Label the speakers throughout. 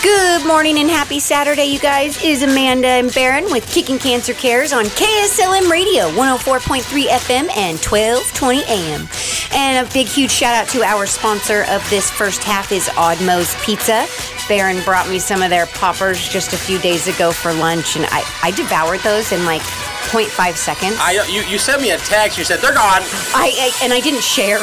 Speaker 1: Good morning and happy Saturday, you guys. Is Amanda and Baron with Kicking Cancer Cares on KSLM Radio, 104.3 FM and 12:20 AM. And a big, huge shout out to our sponsor of this first half is Oddmo's Pizza. Baron brought me some of their poppers just a few days ago for lunch, and I, I devoured those in like 0.5 seconds.
Speaker 2: I you, you sent me a text. You said they're gone.
Speaker 1: I, I and I didn't share.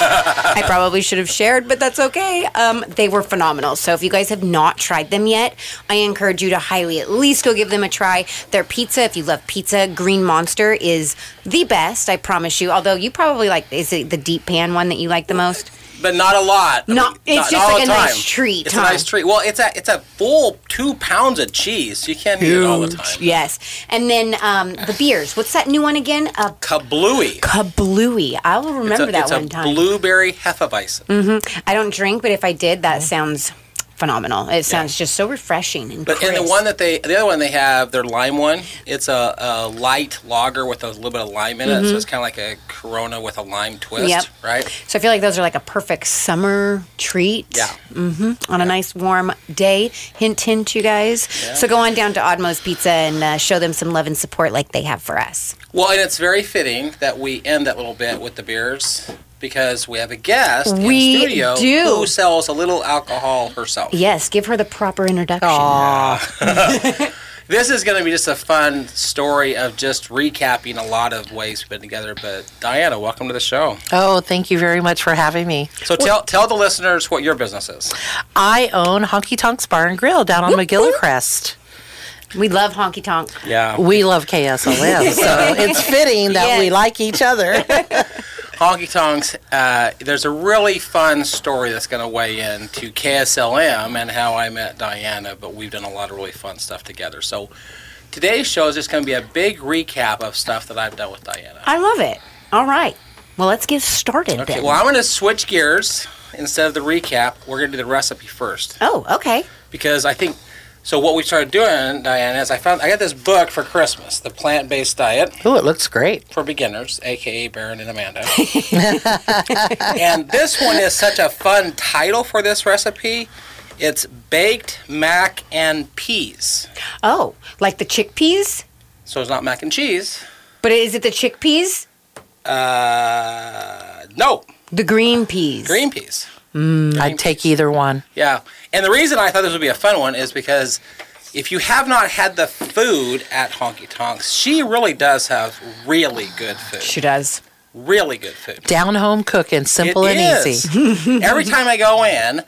Speaker 1: I probably should have shared, but that's okay. Um, they were phenomenal. So if you guys have not tried them yet, I encourage you to highly at least go give them a try. Their pizza, if you love pizza, Green Monster is the best. I promise you. Although you probably like is it the deep pan one that you like the most?
Speaker 2: But not a lot. I
Speaker 1: Not- it's just
Speaker 2: all
Speaker 1: like
Speaker 2: the
Speaker 1: a
Speaker 2: time.
Speaker 1: nice treat,
Speaker 2: It's
Speaker 1: huh?
Speaker 2: a nice treat. Well, it's a it's a full two pounds of cheese. You can't eat it all the time.
Speaker 1: Yes. And then um, the beers. What's that new one again? Uh,
Speaker 2: Kablooey.
Speaker 1: Kablooey. I will
Speaker 2: It's
Speaker 1: remember
Speaker 2: a,
Speaker 1: that
Speaker 2: it's
Speaker 1: one
Speaker 2: a
Speaker 1: time. Mm,
Speaker 2: blueberry hefeweizen.
Speaker 1: I don't drink, but if I did, that sounds phenomenal. It sounds just so refreshing and
Speaker 2: But and the
Speaker 1: crisp.
Speaker 2: one that they the other one they have their lime one. It's a, a light lager with a little bit of lime in it, so it's kind of like a Corona with a lime twist,
Speaker 1: Mm-hmm. Yep.
Speaker 2: right?
Speaker 1: So I feel like those are like a perfect summer treat. Mm-hmm.
Speaker 2: Yeah.
Speaker 1: On a nice warm day. Hint, hint, you guys. So go on down to Odmo's Pizza and uh, show them some love and support like they have for us.
Speaker 2: Well, and it's very fitting that we end that little bit with the beers because we have a guest
Speaker 1: We
Speaker 2: in studio
Speaker 1: do.
Speaker 2: who sells a little alcohol herself.
Speaker 1: Yes, give her the proper introduction.
Speaker 2: This is going to be just a fun story of just recapping a lot of ways we've been together. But Diana, welcome to the show.
Speaker 3: Oh, thank you very much for having me.
Speaker 2: So tell tell the listeners what your business is.
Speaker 3: I own Honky Tonk's Bar and Grill down on McGillicrest.
Speaker 1: We love honky tonk.
Speaker 2: Yeah,
Speaker 3: We love KSLM, so it's fitting that we
Speaker 1: Yes.
Speaker 3: like each other.
Speaker 2: honky tonks. Uh, there's a really fun story that's going to weigh in to KSLM and how I met Diana. But we've done a lot of really fun stuff together. So today's show is just going to be a big recap of stuff that I've done with Diana.
Speaker 1: I love it. All right. Well, let's get started
Speaker 2: Okay.
Speaker 1: then.
Speaker 2: Well, I'm going to switch gears. Instead of the recap, we're going to do the recipe first.
Speaker 1: oh, okay.
Speaker 2: because I think so. What we started doing, Diana, is I found I got this book for Christmas, the plant-based diet
Speaker 3: Oh, it looks great.
Speaker 2: for beginners, aka Baron and Amanda. and this one is such a fun title for this recipe. It's baked mac and peas.
Speaker 1: Oh, like the chickpeas?
Speaker 2: So it's not mac and cheese.
Speaker 1: But is it the chickpeas?
Speaker 2: Uh, no,
Speaker 1: The green peas.
Speaker 2: green peas.
Speaker 3: Mm, I'd take either one.
Speaker 2: Yeah. And the reason I thought this would be a fun one is because if you have not had the food at Honky Tonks, she really does have really good food.
Speaker 1: She does.
Speaker 2: Really good food.
Speaker 3: Down home cooking, simple
Speaker 2: It
Speaker 3: and
Speaker 2: is.
Speaker 3: easy.
Speaker 2: Every time I go in,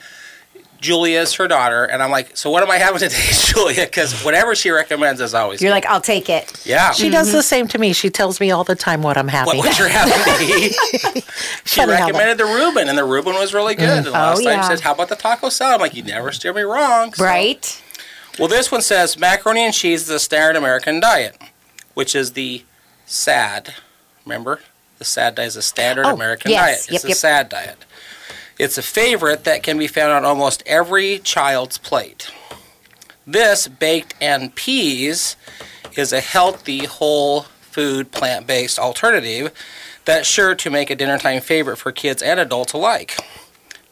Speaker 2: Julia's her daughter, and I'm like, so what am I having today, Julia? Because whatever she recommends is always
Speaker 1: You're like, I'll take it.
Speaker 2: yeah.
Speaker 3: She does the same to me. She tells me all the time what I'm
Speaker 2: what,
Speaker 3: having.
Speaker 2: what you're having to eat. she
Speaker 3: Funny how that- Oh,
Speaker 2: recommended the Reuben, and the Reuben was really good. And the last time
Speaker 1: yeah.
Speaker 2: she said, how about the taco salad? I'm like, you never steer me wrong. So-
Speaker 1: Right?
Speaker 2: Well, this one says macaroni and cheese is a standard American diet, which is the SAD. Remember? The SAD diet is a standard
Speaker 1: Oh,
Speaker 2: American
Speaker 1: yes.
Speaker 2: diet.
Speaker 1: Yep,
Speaker 2: It's a
Speaker 1: yep.
Speaker 2: SAD diet. It's a favorite that can be found on almost every child's plate. This baked and peas is a healthy whole food plant-based alternative that's sure to make a dinner time favorite for kids and adults alike.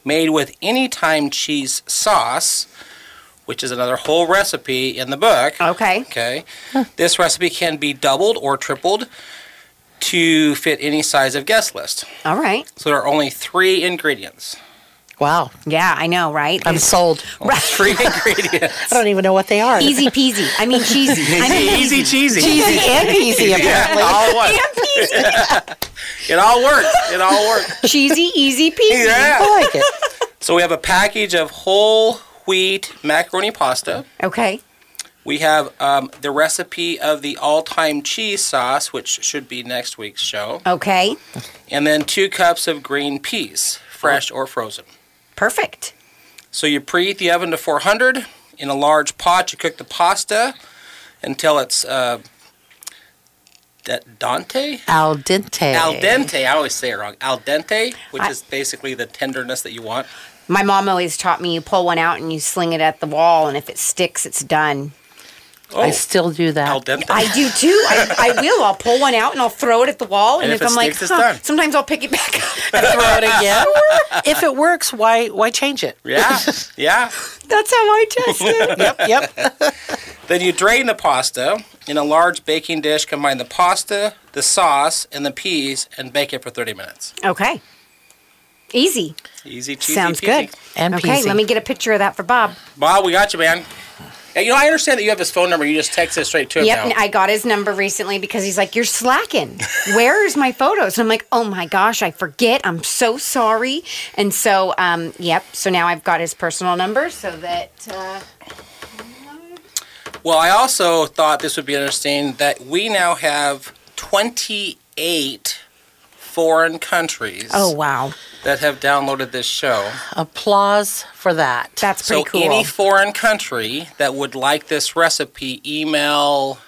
Speaker 2: Made with anytime cheese sauce, which is another whole recipe in the book.
Speaker 1: Okay.
Speaker 2: Okay. This recipe can be doubled or tripled to fit any size of guest list.
Speaker 1: All right.
Speaker 2: So there are only three ingredients.
Speaker 3: Wow.
Speaker 1: Yeah, I know, right?
Speaker 3: I'm sold.
Speaker 2: Three ingredients.
Speaker 3: I don't even know what they are.
Speaker 1: Easy peasy. I mean cheesy. I mean
Speaker 2: Easy cheesy.
Speaker 3: Easy and easy, apparently.
Speaker 2: all at once. It all worked. It all worked.
Speaker 1: cheesy, easy peasy.
Speaker 2: Yeah.
Speaker 3: I like it.
Speaker 2: So we have a package of whole wheat macaroni pasta.
Speaker 1: Okay.
Speaker 2: We have um, the recipe of the all-time cheese sauce, which should be next week's show,
Speaker 1: Okay.
Speaker 2: and then two cups of green peas, fresh or frozen.
Speaker 1: Perfect.
Speaker 2: So you preheat the oven to 400. In a large pot, you cook the pasta until it's uh, da- dante.
Speaker 3: Al dente.
Speaker 2: Al dente. I always say it wrong. Al dente, which
Speaker 1: I-
Speaker 2: is basically the tenderness that you want.
Speaker 1: My mom always taught me you pull one out and you sling it at the wall, and if it sticks, it's done.
Speaker 2: Oh,
Speaker 3: I still do that.
Speaker 2: al dente.
Speaker 1: I do too. I, I will. I'll pull one out and I'll throw it at the wall. And,
Speaker 2: And
Speaker 1: if,
Speaker 2: if
Speaker 1: I'm
Speaker 2: it
Speaker 1: like,
Speaker 2: sticks, it's
Speaker 1: huh,
Speaker 2: done.
Speaker 1: sometimes I'll pick it back up.
Speaker 3: throw it again. if it works, why why change it?
Speaker 2: yeah, yeah.
Speaker 1: That's how I test it.
Speaker 3: Yep, yep.
Speaker 2: Then you drain the pasta in a large baking dish. Combine the pasta, the sauce, and the peas, and bake it for 30 minutes.
Speaker 1: Okay. Easy.
Speaker 2: Easy, cheesy,
Speaker 1: Sounds
Speaker 2: peasy.
Speaker 1: good.
Speaker 3: And
Speaker 1: okay,
Speaker 3: peasy.
Speaker 1: let me get a picture of that for Bob.
Speaker 2: Bob, we got you, man. Yeah, you know, I understand that you have his phone number. You just text it straight to him
Speaker 1: Yep,
Speaker 2: now.
Speaker 1: and I got his number recently because he's like, "You're slacking. Where's my photos?" And I'm like, "Oh my gosh, I forget. I'm so sorry." And so, um, yep. So now I've got his personal number so that uh,
Speaker 2: Well, I also thought this would be interesting that we now have 28 foreign countries
Speaker 1: wow,
Speaker 2: that have downloaded this show.
Speaker 3: Applause for that.
Speaker 1: that's
Speaker 2: so
Speaker 1: pretty cool.
Speaker 2: any foreign country that would like this recipe, email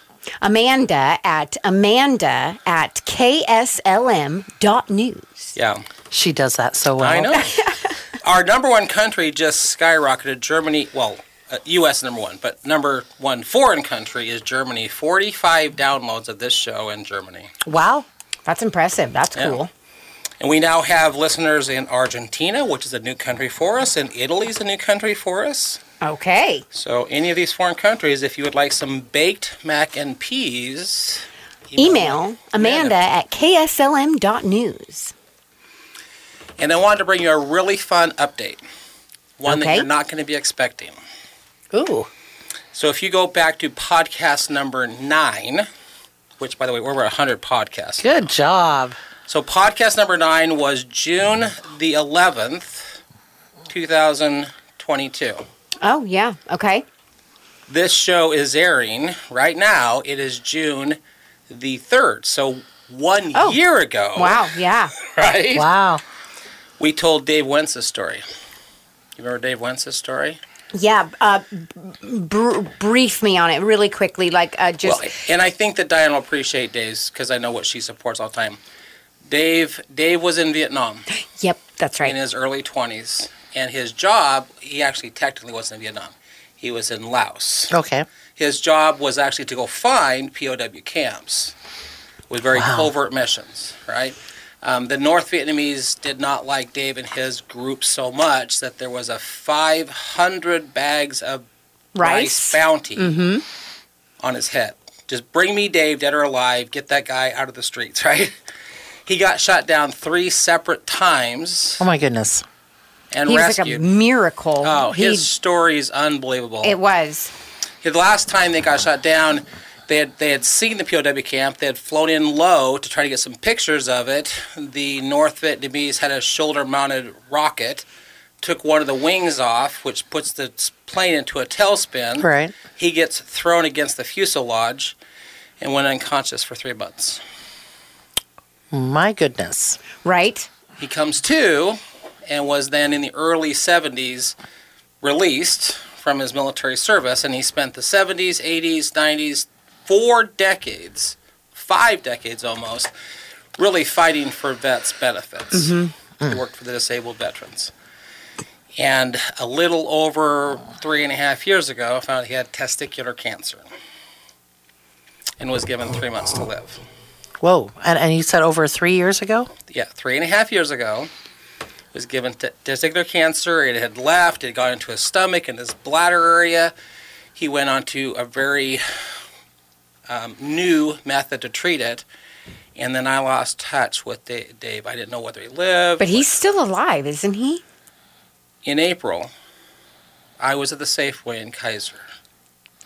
Speaker 1: Amanda at Amanda at KSLM.news.
Speaker 2: yeah.
Speaker 3: she does that so well.
Speaker 2: I know. Uh-huh. Our number one country just skyrocketed. Germany, well, uh, U.S. number one, but number one foreign country is Germany. 45 downloads of this show in Germany.
Speaker 3: Wow.
Speaker 1: That's impressive. That's
Speaker 2: Yeah.
Speaker 1: cool.
Speaker 2: And we now have listeners in Argentina, which is a new country for us, and Italy's a new country for us.
Speaker 1: Okay.
Speaker 2: So, any of these foreign countries, if you would like some baked mac and peas,
Speaker 1: Email Amanda at KSLM.news.
Speaker 2: And I wanted to bring you a really fun update, one
Speaker 1: Okay.
Speaker 2: that you're not going to be expecting.
Speaker 3: Ooh.
Speaker 2: So, if you go back to podcast number nine, which, by the way, we're over 100 podcasts.
Speaker 3: Good job.
Speaker 2: So, podcast number nine was June the 11th, 2022.
Speaker 1: Oh yeah. Okay.
Speaker 2: This show is airing right now. It is June the 3rd. So, one
Speaker 1: Oh.
Speaker 2: year ago,
Speaker 1: Wow. Yeah.
Speaker 2: right?
Speaker 3: Wow.
Speaker 2: We told Dave Wentz's story. You remember Dave Wentz's story?
Speaker 1: Yeah, uh, br- brief me on it really quickly, like uh, just
Speaker 2: Well, and I think that Diane will appreciate Dave's because I know what she supports all the time. Dave Dave was in Vietnam
Speaker 1: yep, that's
Speaker 2: in
Speaker 1: right.
Speaker 2: his early 20s, and his job he actually technically wasn't in Vietnam. He was in Laos.
Speaker 3: Okay.
Speaker 2: His job was actually to go find POW camps with very covert missions, right? Um, the North Vietnamese did not like Dave and his group so much that there was a 500 bags of
Speaker 1: Rice. Mm-hmm.
Speaker 2: bounty on his head. Just bring me Dave, dead or alive, get that guy out of the streets, right? He got shot down three separate times
Speaker 3: Oh my goodness.
Speaker 2: and
Speaker 1: He was like a
Speaker 2: rescued.
Speaker 1: miracle.
Speaker 2: oh,
Speaker 1: he,
Speaker 2: his story is unbelievable.
Speaker 1: it was.
Speaker 2: The last time they got shot down, they had they had seen the POW camp. They had flown in low to try to get some pictures of it. The North Vietnamese had a shoulder-mounted rocket, took one of the wings off, which puts the s- plane into a tailspin.
Speaker 3: Right.
Speaker 2: He gets thrown against the fuselage and went unconscious for three months.
Speaker 3: My goodness.
Speaker 1: Right?
Speaker 2: He comes to and was then in the early 70s released from his military service, and he spent the 70s, 80s, 90s, four decades, five decades almost, really fighting for vets' benefits. He worked for the disabled veterans. And a little over three and a half years ago, found he had testicular cancer and was given three months to live.
Speaker 3: Whoa. And, and you said over three years ago?
Speaker 2: yeah, three and a half years ago, was given t- testicular cancer. It had left. It got into his stomach and his bladder area. He went on to a very um, new method to treat it. And then I lost touch with Da- Dave. I didn't know whether he lived.
Speaker 1: But he's still alive, isn't he?
Speaker 2: in April, I was at the Safeway in Kaiser,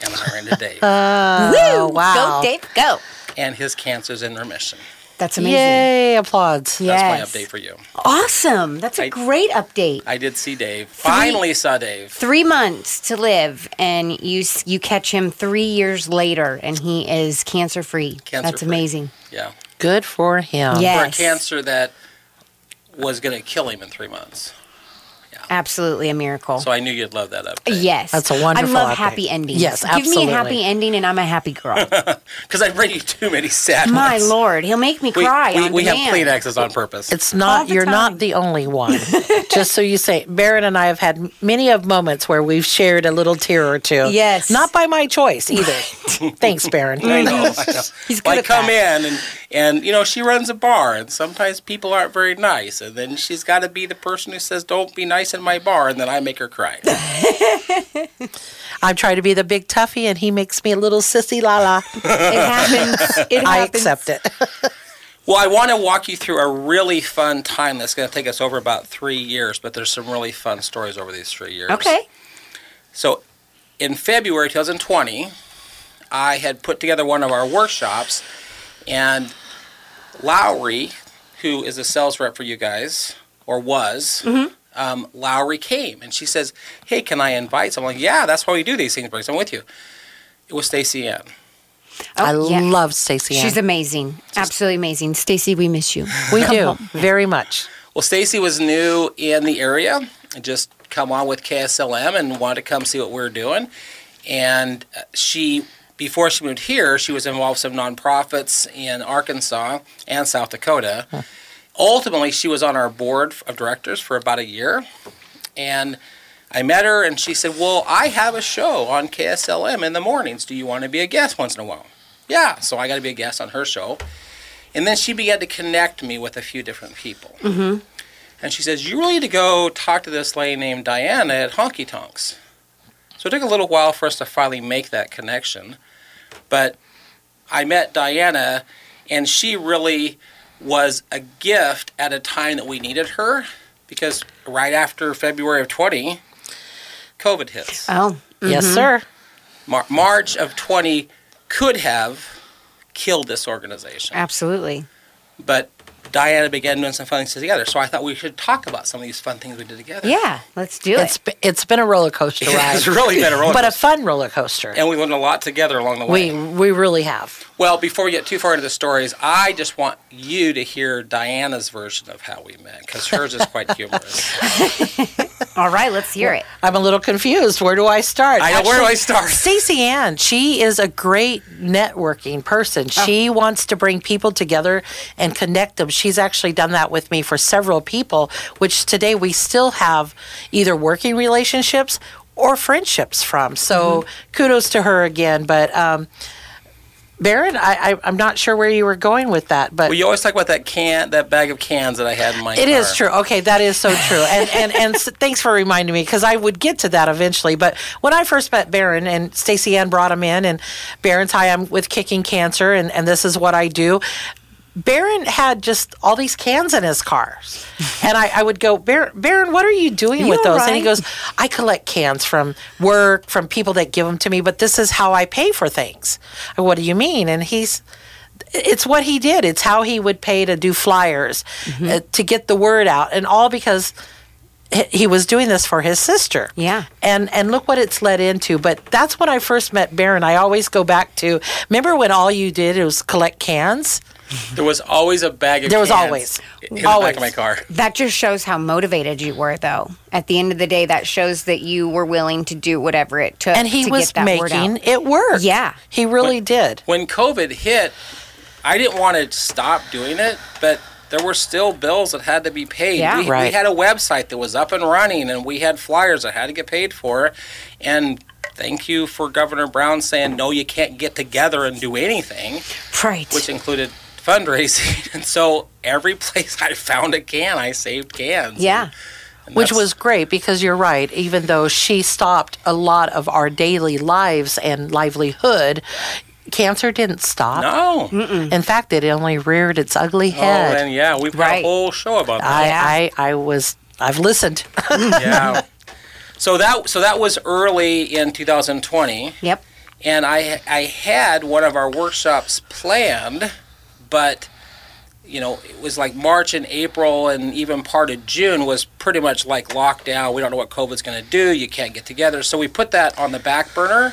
Speaker 2: and I ran into Dave,
Speaker 1: Uh-huh.
Speaker 3: Oh, wow.
Speaker 1: Go, Dave, go.
Speaker 2: and his cancer's in remission.
Speaker 1: That's amazing.
Speaker 3: Yay. Applause.
Speaker 1: Yeah. Yes.
Speaker 2: That's my update for you.
Speaker 1: Awesome. That's a
Speaker 2: I-
Speaker 1: great update.
Speaker 2: I did see Dave. Finally saw Dave.
Speaker 1: Three months to live, and you s- you catch him three years later, and he is cancer free. That's
Speaker 2: Cancer-free.
Speaker 1: amazing.
Speaker 2: Yeah.
Speaker 3: Good for him.
Speaker 1: Yeah.
Speaker 2: for a
Speaker 1: Yes.
Speaker 2: cancer that was going to kill him in three months.
Speaker 1: Absolutely a miracle.
Speaker 2: So I knew you'd love that update.
Speaker 1: Yes.
Speaker 3: That's a wonderful
Speaker 1: I love
Speaker 3: update.
Speaker 1: happy endings.
Speaker 3: Yes,
Speaker 1: Give me a happy
Speaker 3: absolutely.
Speaker 1: ending and I'm a happy girl.
Speaker 2: Because I've read you too many sad
Speaker 1: My
Speaker 2: ones.
Speaker 1: lord, he'll make me
Speaker 2: We,
Speaker 1: cry
Speaker 2: we,
Speaker 1: on
Speaker 2: we have
Speaker 1: demand.
Speaker 2: Kleenexes on purpose.
Speaker 3: It's not,
Speaker 1: the
Speaker 3: you're
Speaker 1: time.
Speaker 3: not the only one. Just so you say, Baron and I have had many of moments where we've shared a little tear or two.
Speaker 1: Yes.
Speaker 3: Not by my choice either. Thanks, Baron.
Speaker 2: I know, I know.
Speaker 1: He's good
Speaker 2: Well, I
Speaker 1: at
Speaker 2: come
Speaker 1: that.
Speaker 2: in and and you know she runs a bar and sometimes people aren't very nice and then she's got to be the person who says don't be nice in my bar and then I make her cry.
Speaker 3: I try to be the big toughie and he makes me a little sissy la la.
Speaker 1: It happens. It happens.
Speaker 3: I accept it.
Speaker 2: well, I want to walk you through a really fun time that's going to take us over about three years, but there's some really fun stories over these three years.
Speaker 1: Okay.
Speaker 2: So, in February 2020, I had put together one of our workshops, and Lowry, who is a sales rep for you guys, or was, um, Lowry came and she says, "Hey, can I invite someone?" yeah, that's why we do these things, Briggs. I'm with you. It was Stacy Ann.
Speaker 1: Oh,
Speaker 3: I
Speaker 1: yeah.
Speaker 3: love Stacey.
Speaker 1: She's
Speaker 3: She's
Speaker 1: amazing. Absolutely amazing. Stacy, we miss you.
Speaker 3: we do very much.
Speaker 2: Well, Stacy was new in the area and just come on with KSLM and wanted to come see what we were doing. And uh, she, before she moved here, she was involved with some nonprofits in Arkansas and South Dakota. Ultimately, she was on our board of directors for about a year. And I met her and she said, Well, I have a show on KSLM in the mornings. Do you want to be a guest once in a while? Yeah. So I got to be a guest on her show. And then she began to connect me with a few different people. And she says, You really need to go talk to this lady named Diana at Honky Tonks. So it took a little while for us to finally make that connection. But I met Diana, and she really was a gift at a time that we needed her because right after February of 20, COVID hits.
Speaker 1: Oh,
Speaker 3: Yes, sir.
Speaker 2: Mar- March of 20 could have killed this organization.
Speaker 1: absolutely.
Speaker 2: But Diana began doing some fun things together. So I thought we should talk about some of these fun things we did together.
Speaker 1: Yeah, let's do
Speaker 3: It's
Speaker 1: it.
Speaker 3: b- it's been a roller coaster ride,
Speaker 2: it's really been a roller
Speaker 3: but a
Speaker 2: coaster.
Speaker 3: fun roller coaster.
Speaker 2: and we learned a lot together along the way.
Speaker 3: We we really have.
Speaker 2: well, before we get too far into the stories, I just want you to hear Diana's version of how we met because hers is quite humorous.
Speaker 1: All right, let's hear it.
Speaker 3: I'm a little confused. Where do I start?
Speaker 2: I know, where do I start?
Speaker 3: Stacey Ann, she is a great networking person.
Speaker 2: Oh.
Speaker 3: She wants to bring people together and connect them. She's actually done that with me for several people, which today we still have either working relationships or friendships from. So
Speaker 2: Mm-hmm.
Speaker 3: kudos to her again. But um, Baron, I, I, I'm not sure where you were going with that, but
Speaker 2: well, you always talk about that can, that bag of cans that I had in my.
Speaker 3: It is
Speaker 2: car.
Speaker 3: true. Okay, that is so true. And and and s- thanks for reminding me because I would get to that eventually. But when I first met Baron and Stacey Ann brought him in, and Baron's hi, I'm with Kicking Cancer, and and this is what I do. Baron had just all these cans in his car. And I, I would go, Baron, Baron, what are you doing
Speaker 1: You
Speaker 3: with
Speaker 1: all
Speaker 3: those? And he
Speaker 1: right?
Speaker 3: goes, I collect cans from work, from people that give them to me, but this is how I pay for things. I go, What do you mean? And he's, it's what he did. It's how he would pay to do flyers
Speaker 1: Mm-hmm.
Speaker 3: uh, to get the word out, and all because h- he was doing this for his sister.
Speaker 1: Yeah.
Speaker 3: and and look what it's led into. But that's when I first met Baron. I always go back to remember when all you did was collect cans.
Speaker 2: There was always a bag of.
Speaker 3: There was
Speaker 2: cans
Speaker 3: always.
Speaker 2: in the
Speaker 3: Always.
Speaker 2: back of my car.
Speaker 1: That just shows how motivated you were, though. At the end of the day, that shows that you were willing to do whatever it took.
Speaker 3: And he
Speaker 1: to
Speaker 3: was
Speaker 1: get that word out.
Speaker 3: making it work.
Speaker 1: Yeah.
Speaker 3: he really did.
Speaker 2: When COVID hit, I didn't want to stop doing it, but there were still bills that had to be paid.
Speaker 1: Yeah.
Speaker 2: we, we
Speaker 3: Right.
Speaker 2: had a website that was up and running, and we had flyers that had to get paid for. And thank you for Governor Brown saying, no, you can't get together and do anything,
Speaker 1: right.
Speaker 2: which included fundraising. And so every place I found a can, I saved cans.
Speaker 1: yeah,
Speaker 2: And
Speaker 3: Which
Speaker 2: that's-
Speaker 3: was great because you're right. Even though she stopped a lot of our daily lives and livelihood, cancer didn't stop.
Speaker 2: No.
Speaker 3: In fact, it only reared its ugly
Speaker 2: Oh,
Speaker 3: head.
Speaker 2: and yeah, we've got
Speaker 1: Right.
Speaker 2: a whole show about that.
Speaker 3: I, I, I was, I've listened.
Speaker 2: yeah. So that so that was early in 2020.
Speaker 1: yep.
Speaker 2: and I I had one of our workshops planned, but you know it was like March and April and even part of June was pretty much like lockdown. We don't know what COVID's going to do. You can't get together, so we put that on the back burner.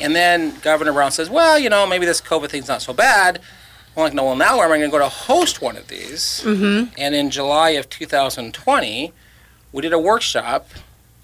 Speaker 2: And then Governor Brown says, "Well, you know, maybe this COVID thing's not so bad." I'm like, "No, well, now where am I going to go to host one of these?" Mm-hmm. And in July of 2020, we did a workshop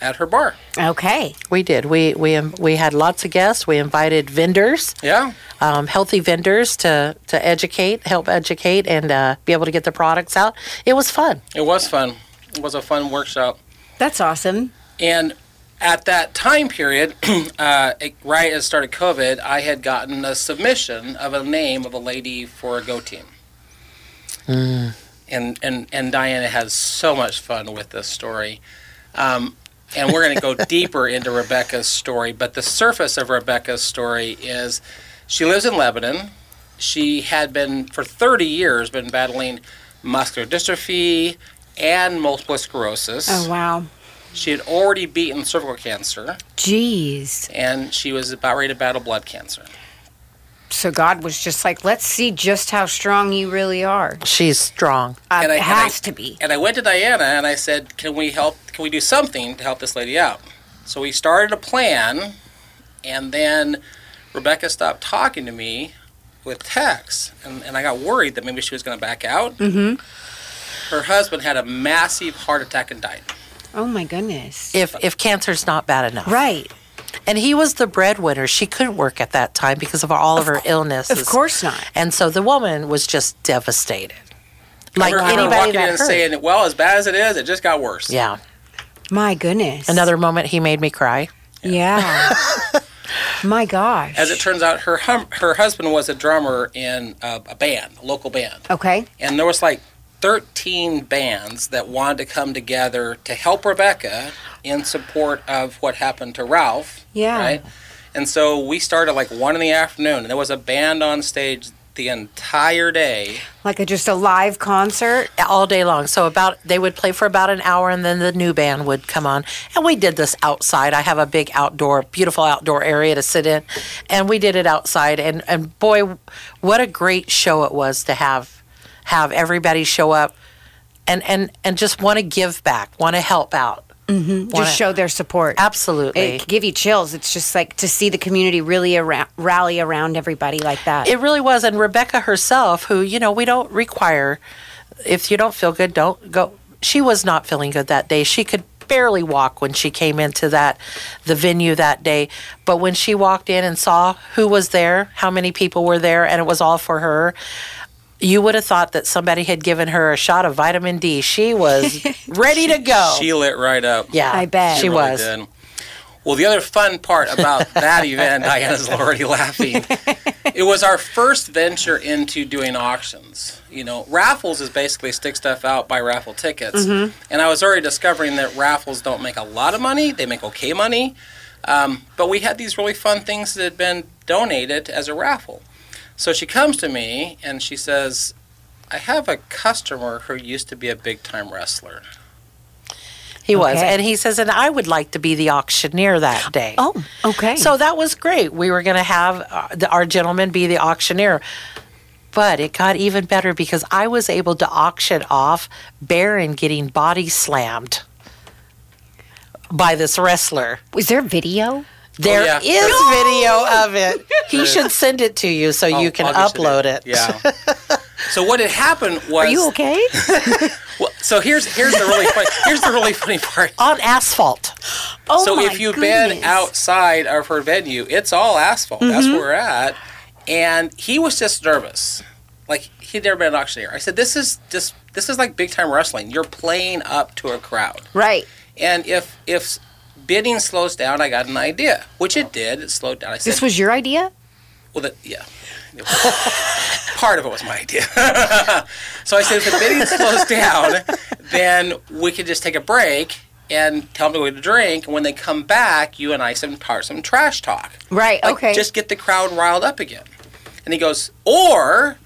Speaker 2: at her bar.
Speaker 1: Okay.
Speaker 3: We did. We we um, we had lots of guests. We invited vendors,
Speaker 2: Yeah.
Speaker 3: um, healthy vendors, to to educate, help educate, and uh, be able to get the products out. It was fun.
Speaker 2: It was fun. It was a fun workshop.
Speaker 1: That's awesome.
Speaker 2: And at that time period, uh, it- right as started COVID, I had gotten a submission of a name of a lady for a go team. And, and and Diana has so much fun with this story, um, and we're going to go deeper into Rebecca's story. But the surface of Rebecca's story is, she lives in Lebanon. She had been for 30 years been battling muscular dystrophy and multiple sclerosis.
Speaker 1: Oh, wow.
Speaker 2: She had already beaten cervical cancer,
Speaker 1: Jeez.
Speaker 2: and she was about ready to battle blood cancer.
Speaker 1: So God was just like, let's see just how strong you really are.
Speaker 3: She's strong.
Speaker 1: Uh,
Speaker 2: And I-
Speaker 1: it
Speaker 2: and
Speaker 1: has
Speaker 2: I-
Speaker 1: to be.
Speaker 2: And I went to Diana and I said, "Can we help? Can we do something to help this lady out?" So we started a plan, and then Rebecca stopped talking to me with texts, and, and I got worried that maybe she was going to back out. Mm-hmm. Her husband had a massive heart attack and died.
Speaker 1: Oh my goodness.
Speaker 3: If if cancer's not bad enough,
Speaker 1: right.
Speaker 3: and he was the breadwinner. She couldn't work at that time because of all of, her illnesses.
Speaker 1: Of course not.
Speaker 3: And so the woman was just devastated. Like
Speaker 2: I remember
Speaker 3: anybody
Speaker 2: walking in
Speaker 3: that
Speaker 2: and
Speaker 3: hurt.
Speaker 2: saying, "Well, as bad as it is, it just got worse."
Speaker 3: yeah.
Speaker 1: My goodness.
Speaker 3: Another moment he made me cry.
Speaker 1: Yeah. my gosh.
Speaker 2: As it turns out, her hum- her husband was a drummer in a, a band, a local band,
Speaker 1: okay.
Speaker 2: and there was like 13 bands that wanted to come together to help Rebecca in support of what happened to Ralph.
Speaker 1: Yeah.
Speaker 2: Right. And so we started like one in the afternoon, and there was a band on stage the entire day.
Speaker 1: Like a, just a live concert.
Speaker 3: all day long. So about they would play for about an hour, and then the new band would come on. And we did this outside. I have a big outdoor, beautiful outdoor area to sit in, and we did it outside. And and boy, what a great show it was to have have everybody show up, and and and just want to give back, want to help out. Mm-hmm.
Speaker 1: Just show their support.
Speaker 3: absolutely.
Speaker 1: It could give you chills. It's just like to see the community really around, rally around everybody like that.
Speaker 3: It really was. And Rebecca herself, who, you know, we don't require, if you don't feel good, don't go. She was not feeling good that day. She could barely walk when she came into that the venue that day but when she walked in and saw who was there how many people were there and it was all for her you would have thought that somebody had given her a shot of vitamin d she was ready to go
Speaker 2: She lit right up.
Speaker 3: Oh. yeah
Speaker 1: I bet.
Speaker 3: she,
Speaker 1: She
Speaker 2: really
Speaker 3: was
Speaker 2: did. Well, the other fun part about that event, Diana's already laughing. It was our first venture into doing auctions. You know, raffles is basically stick stuff out, buy raffle tickets.
Speaker 3: Mm-hmm.
Speaker 2: And I was already discovering that raffles don't make a lot of money, they make okay money. Um, but we had these really fun things that had been donated as a raffle. So she comes to me and she says, I have a customer who used to be a big time wrestler.
Speaker 3: he was
Speaker 1: Okay.
Speaker 3: and he says and i would like to be the auctioneer that day
Speaker 1: oh, okay.
Speaker 3: So that was great. We were going to have uh, the- our gentleman be the auctioneer. But it got even better because I was able to auction off Baron getting body slammed by this wrestler.
Speaker 1: was there video?
Speaker 3: There
Speaker 2: Oh, yeah.
Speaker 3: is video of it. He should send it to you so you
Speaker 2: I'll-
Speaker 3: can
Speaker 2: I'll get you
Speaker 3: upload
Speaker 2: that.
Speaker 3: it.
Speaker 2: Oh, Yeah. so what had happened
Speaker 1: Are
Speaker 2: was
Speaker 1: you okay?
Speaker 2: well, so here's here's the really funny here's the really funny part.
Speaker 3: On asphalt.
Speaker 1: Oh
Speaker 2: so
Speaker 1: my
Speaker 2: if you've been
Speaker 1: goodness. Mm-hmm.
Speaker 2: outside of her venue, it's all asphalt. That's where we're at. And he was just nervous. Like he'd never been an auctioneer. I said, This is just this is like big time wrestling. You're playing up to a crowd.
Speaker 1: right.
Speaker 2: And if if bidding slows down, I got an idea. Which it did. It slowed down. I said
Speaker 1: This was your idea?
Speaker 2: Well, that, yeah. Part of it was my idea. so I said, if the bidding slows down, then we could just take a break and tell them to go get a drink. And when they come back, you and I some part some trash talk.
Speaker 1: Right.
Speaker 2: Like,
Speaker 1: okay.
Speaker 2: Just get the crowd riled up again. And he goes, or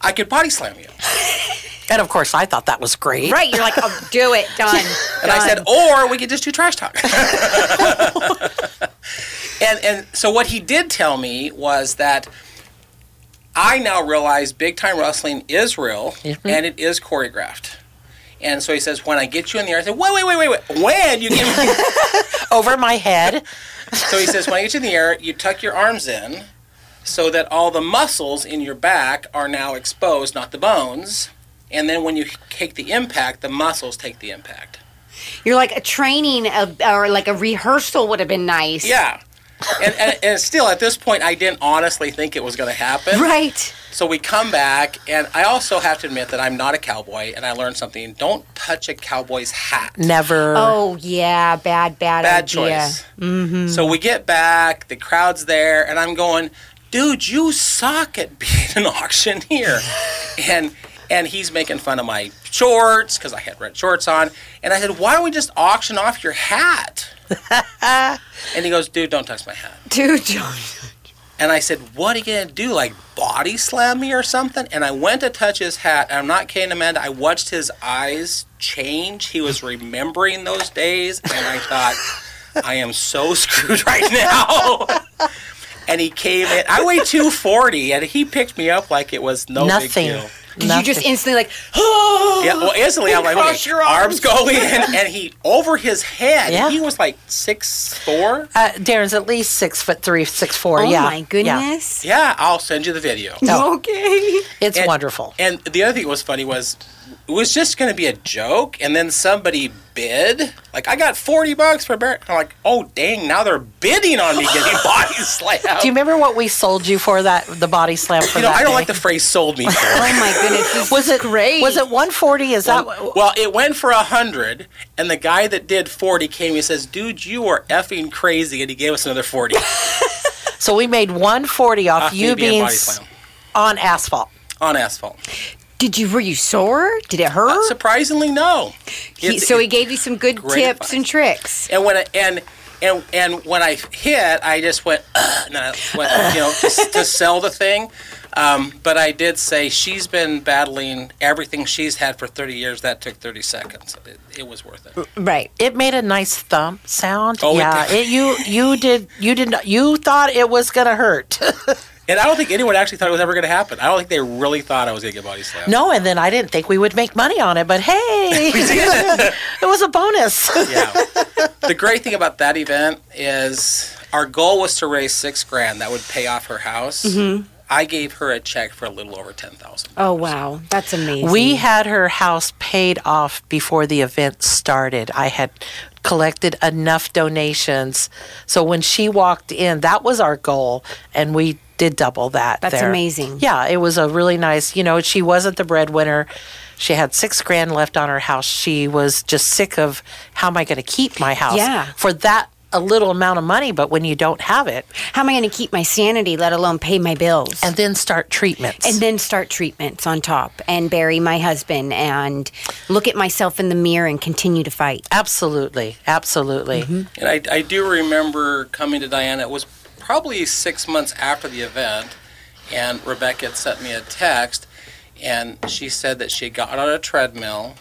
Speaker 2: I could body slam you.
Speaker 3: And of course, I thought that was great.
Speaker 1: right. You're like, oh, do it. Done.
Speaker 2: And I said, or we could just do trash talk. and and so what he did tell me was that I now realize big time wrestling is real and it is choreographed. And so he says, when I get you in the air, I said, wait, wait, wait, wait, wait. When you get me?
Speaker 3: Over my head.
Speaker 2: so he says, when I get you in the air, you tuck your arms in so that all the muscles in your back are now exposed, not the bones. And then when you take the impact, the muscles take the impact.
Speaker 1: You're like a training of, or like a rehearsal would have been nice.
Speaker 2: Yeah. and, and, and still, at this point, I didn't honestly think it was going to happen.
Speaker 1: Right.
Speaker 2: So we come back, and I also have to admit that I'm not a cowboy, and I learned something. Don't touch a cowboy's hat.
Speaker 3: Never.
Speaker 1: Oh yeah, bad bad,
Speaker 2: Bad
Speaker 1: idea.
Speaker 2: choice. So we get back, the crowd's there, and I'm going, dude, you suck at being an auctioneer. and and he's making fun of my shorts because I had red shorts on. And I said, why don't we just auction off your hat? and he goes, dude, don't touch my hat.
Speaker 1: Dude, John.
Speaker 2: And I said, What are you going to do? Like body slam me or something? And I went to touch his hat. And I'm not kidding, Amanda. I watched his eyes change. He was remembering those days. And I thought, I am so screwed right now. and he came in. I weigh 240, and he picked me up like it was no
Speaker 3: nothing.
Speaker 2: big deal.
Speaker 1: Did you just
Speaker 3: Nothing.
Speaker 1: instantly like, oh,
Speaker 2: Yeah, well, instantly I'm like,
Speaker 1: Cross
Speaker 2: okay,
Speaker 1: your
Speaker 2: arms go in, and he over his head.
Speaker 3: Yeah.
Speaker 2: He was like six four.
Speaker 3: uh, Darren's at least six foot three, six four. yeah.
Speaker 1: oh my
Speaker 3: Yeah.
Speaker 1: goodness.
Speaker 2: Oh, Yeah, I'll send you the video.
Speaker 1: Okay.
Speaker 3: It's
Speaker 2: And-
Speaker 3: wonderful.
Speaker 2: And the other thing that was funny was it was just going to be a joke, and then somebody bid. Like I got forty bucks for Barrett. I'm like, oh dang! Now they're bidding on me getting body slammed.
Speaker 3: Do you remember what we sold you for that the body slam for
Speaker 2: You know,
Speaker 3: that
Speaker 2: I don't
Speaker 3: day?
Speaker 2: like the phrase "sold me." For.
Speaker 1: Oh my goodness. This
Speaker 3: was it
Speaker 1: great?
Speaker 3: Was it 140? Is that
Speaker 2: well, it went for a hundred, and the guy that did forty came. He says, "Dude, you are effing crazy," and he gave us another forty.
Speaker 3: so? We made 140 off
Speaker 2: Off me being
Speaker 3: you Ah, being
Speaker 2: body
Speaker 3: s-
Speaker 2: slam.
Speaker 3: on asphalt.
Speaker 2: On asphalt.
Speaker 1: Did you were you sore? Did it hurt?
Speaker 2: Surprisingly, no.
Speaker 1: He-
Speaker 2: It's-
Speaker 1: so he
Speaker 2: it-
Speaker 1: gave you some good
Speaker 2: Great
Speaker 1: tips
Speaker 2: advice.
Speaker 1: and tricks.
Speaker 2: and when I, and and and when I hit, I just went Ugh, and I went you know to, to sell the thing. Um, but I did say she's been battling everything she's had for 30 years. That took 30 seconds. It, it was worth it.
Speaker 1: Right.
Speaker 3: It made a nice thump sound.
Speaker 2: Oh, it
Speaker 3: yeah,
Speaker 2: did.
Speaker 3: it, you you did you did not you thought it was gonna hurt.
Speaker 2: And I don't think anyone actually thought it was ever going to happen. I don't think they really thought I was going to get body slammed.
Speaker 3: no, and then I didn't think we would make money on it, but hey, it was a bonus.
Speaker 2: Yeah. the great thing about that event is our goal was to raise six grand. That would pay off her house. I gave her a check for a little over 10000
Speaker 1: Oh wow, that's amazing.
Speaker 3: We had her house paid off before the event started. I had collected enough donations. So when she walked in, that was our goal. And we did double that.
Speaker 1: That's
Speaker 3: there.
Speaker 1: amazing.
Speaker 3: Yeah, it was a really nice, you know, she wasn't the breadwinner. She had six grand left on her house. She was just sick of how am I going to keep my house
Speaker 1: Yeah.
Speaker 3: for that a little amount of money, but when you don't have it,
Speaker 1: How am I going to keep my sanity, let alone pay my bills?
Speaker 3: and then start treatments.
Speaker 1: and then start treatments on top and bury my husband and look at myself in the mirror and continue to fight.
Speaker 3: absolutely, absolutely.
Speaker 1: Mm-hmm.
Speaker 2: And I, I do remember coming to Diana. It was probably six months after the event, and Rebecca had sent me a text, and she said that she got on a treadmill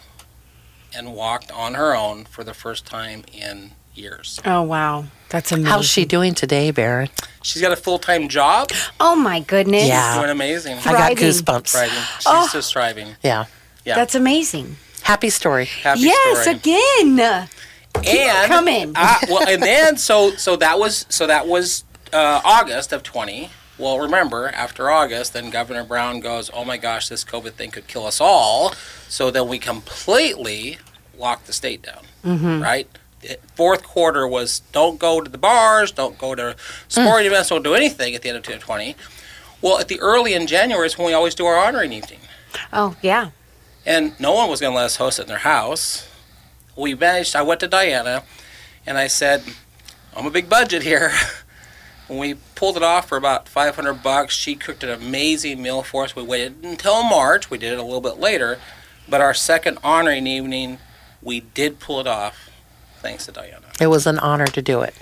Speaker 2: and walked on her own for the first time in years.
Speaker 1: Oh wow, that's amazing.
Speaker 3: How's she doing today, Baron?
Speaker 2: She's got a full time job,
Speaker 1: Oh my goodness.
Speaker 3: Yeah.
Speaker 2: doing amazing.
Speaker 3: I got
Speaker 1: Thriving.
Speaker 3: goosebumps.
Speaker 2: Thriving. She's just thriving.
Speaker 3: Yeah.
Speaker 2: Yeah.
Speaker 1: That's amazing.
Speaker 3: Happy story.
Speaker 2: Happy
Speaker 1: yes,
Speaker 2: story.
Speaker 1: again.
Speaker 2: and
Speaker 1: coming.
Speaker 2: I- well, and then so so that was so that was uh, August of twenty. Well, remember after August, then Governor Brown goes, "Oh my gosh, this COVID thing could kill us all." So then we completely locked the state down. Right. It- Fourth quarter was don't go to the bars, don't go to sporting events, don't do anything at the end of 2020. Well, at the early in January is when we always do our honoring evening
Speaker 1: Oh yeah.
Speaker 2: and no one was going to let us host it in their house. We managed. I went to Diana, and I said, "I'm a big budget here." And we pulled it off for about 500 bucks. She cooked an amazing meal for us. We waited until March. We did it a little bit later, but our second honoring evening, we did pull it off, thanks to Diana.
Speaker 3: It was an honor to do it.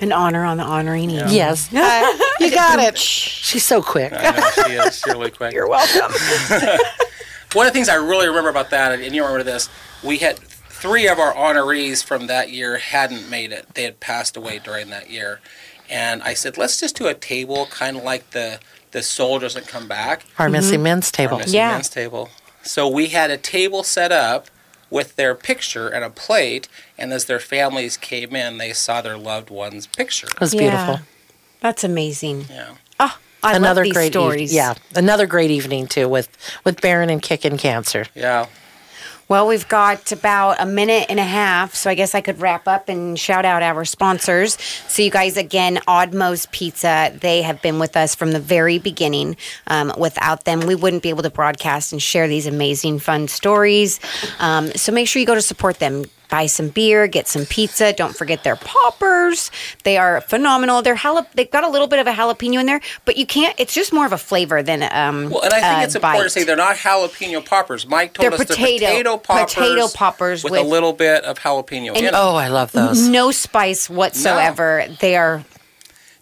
Speaker 1: An honor on the honoring. evening.
Speaker 3: Yes. you got it. She's so quick.
Speaker 2: I know she is She's really quick. You're welcome. One of the things I really remember about that, and you remember this, we had three of our honorees from that year hadn't made it. They had passed away during that year, and I said, let's just do a table, kind of like the the soldiers that come back.
Speaker 1: Mm-hmm.
Speaker 3: Our missing men's table.
Speaker 2: Missing
Speaker 1: Yeah.
Speaker 2: Men's table. So we had a table set up with their picture and a plate, and as their families came in, they saw their loved one's picture.
Speaker 3: It was beautiful.
Speaker 1: That's amazing.
Speaker 2: Yeah.
Speaker 1: Oh, I
Speaker 3: Another
Speaker 1: love these
Speaker 3: great eve-
Speaker 1: stories.
Speaker 3: yeah. Another great evening too with with Baron and Kick and Cancer.
Speaker 2: Yeah.
Speaker 1: Well, we've got about a minute and a half, so I guess I could wrap up and shout out our sponsors. So, you guys, again, Oddmo's Pizza, they have been with us from the very beginning. Um, without them, we wouldn't be able to broadcast and share these amazing, fun stories. Um, so, make sure you go to support them. Buy some beer, get some pizza. Don't forget their poppers. They are phenomenal. They're jala- they've got a little bit of a jalapeno in there, but you can't. It's just more of a flavor than um.
Speaker 2: Well, and I think
Speaker 1: a
Speaker 2: it's important to
Speaker 1: bite.
Speaker 2: say they're not jalapeno poppers. Mike told
Speaker 1: They're
Speaker 2: us
Speaker 1: potato-
Speaker 2: they're potato poppers,
Speaker 1: potato poppers
Speaker 2: with,
Speaker 1: with-
Speaker 2: a little bit of jalapeno in them.
Speaker 3: Oh, I love those.
Speaker 1: no spice whatsoever. They are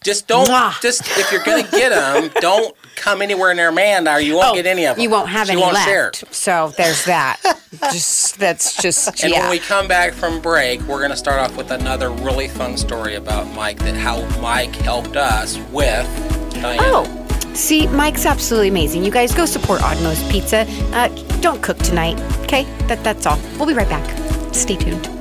Speaker 2: Just don't.
Speaker 1: Mwah.
Speaker 2: Just if you're gonna get them, don't come anywhere near man, or you won't get any of them.
Speaker 1: Oh, You won't have
Speaker 2: she
Speaker 1: any
Speaker 2: won't
Speaker 1: left.
Speaker 2: Share.
Speaker 1: So there's that. just that's just
Speaker 2: And
Speaker 1: yeah.
Speaker 2: when we come back from break, we're gonna start off with another really fun story about Mike that how Mike helped us with. Diana.
Speaker 1: oh. See, Mike's absolutely amazing. You guys go support Oddmo's Pizza. Uh, don't cook tonight, okay? That, that's all. We'll be right back. Stay tuned.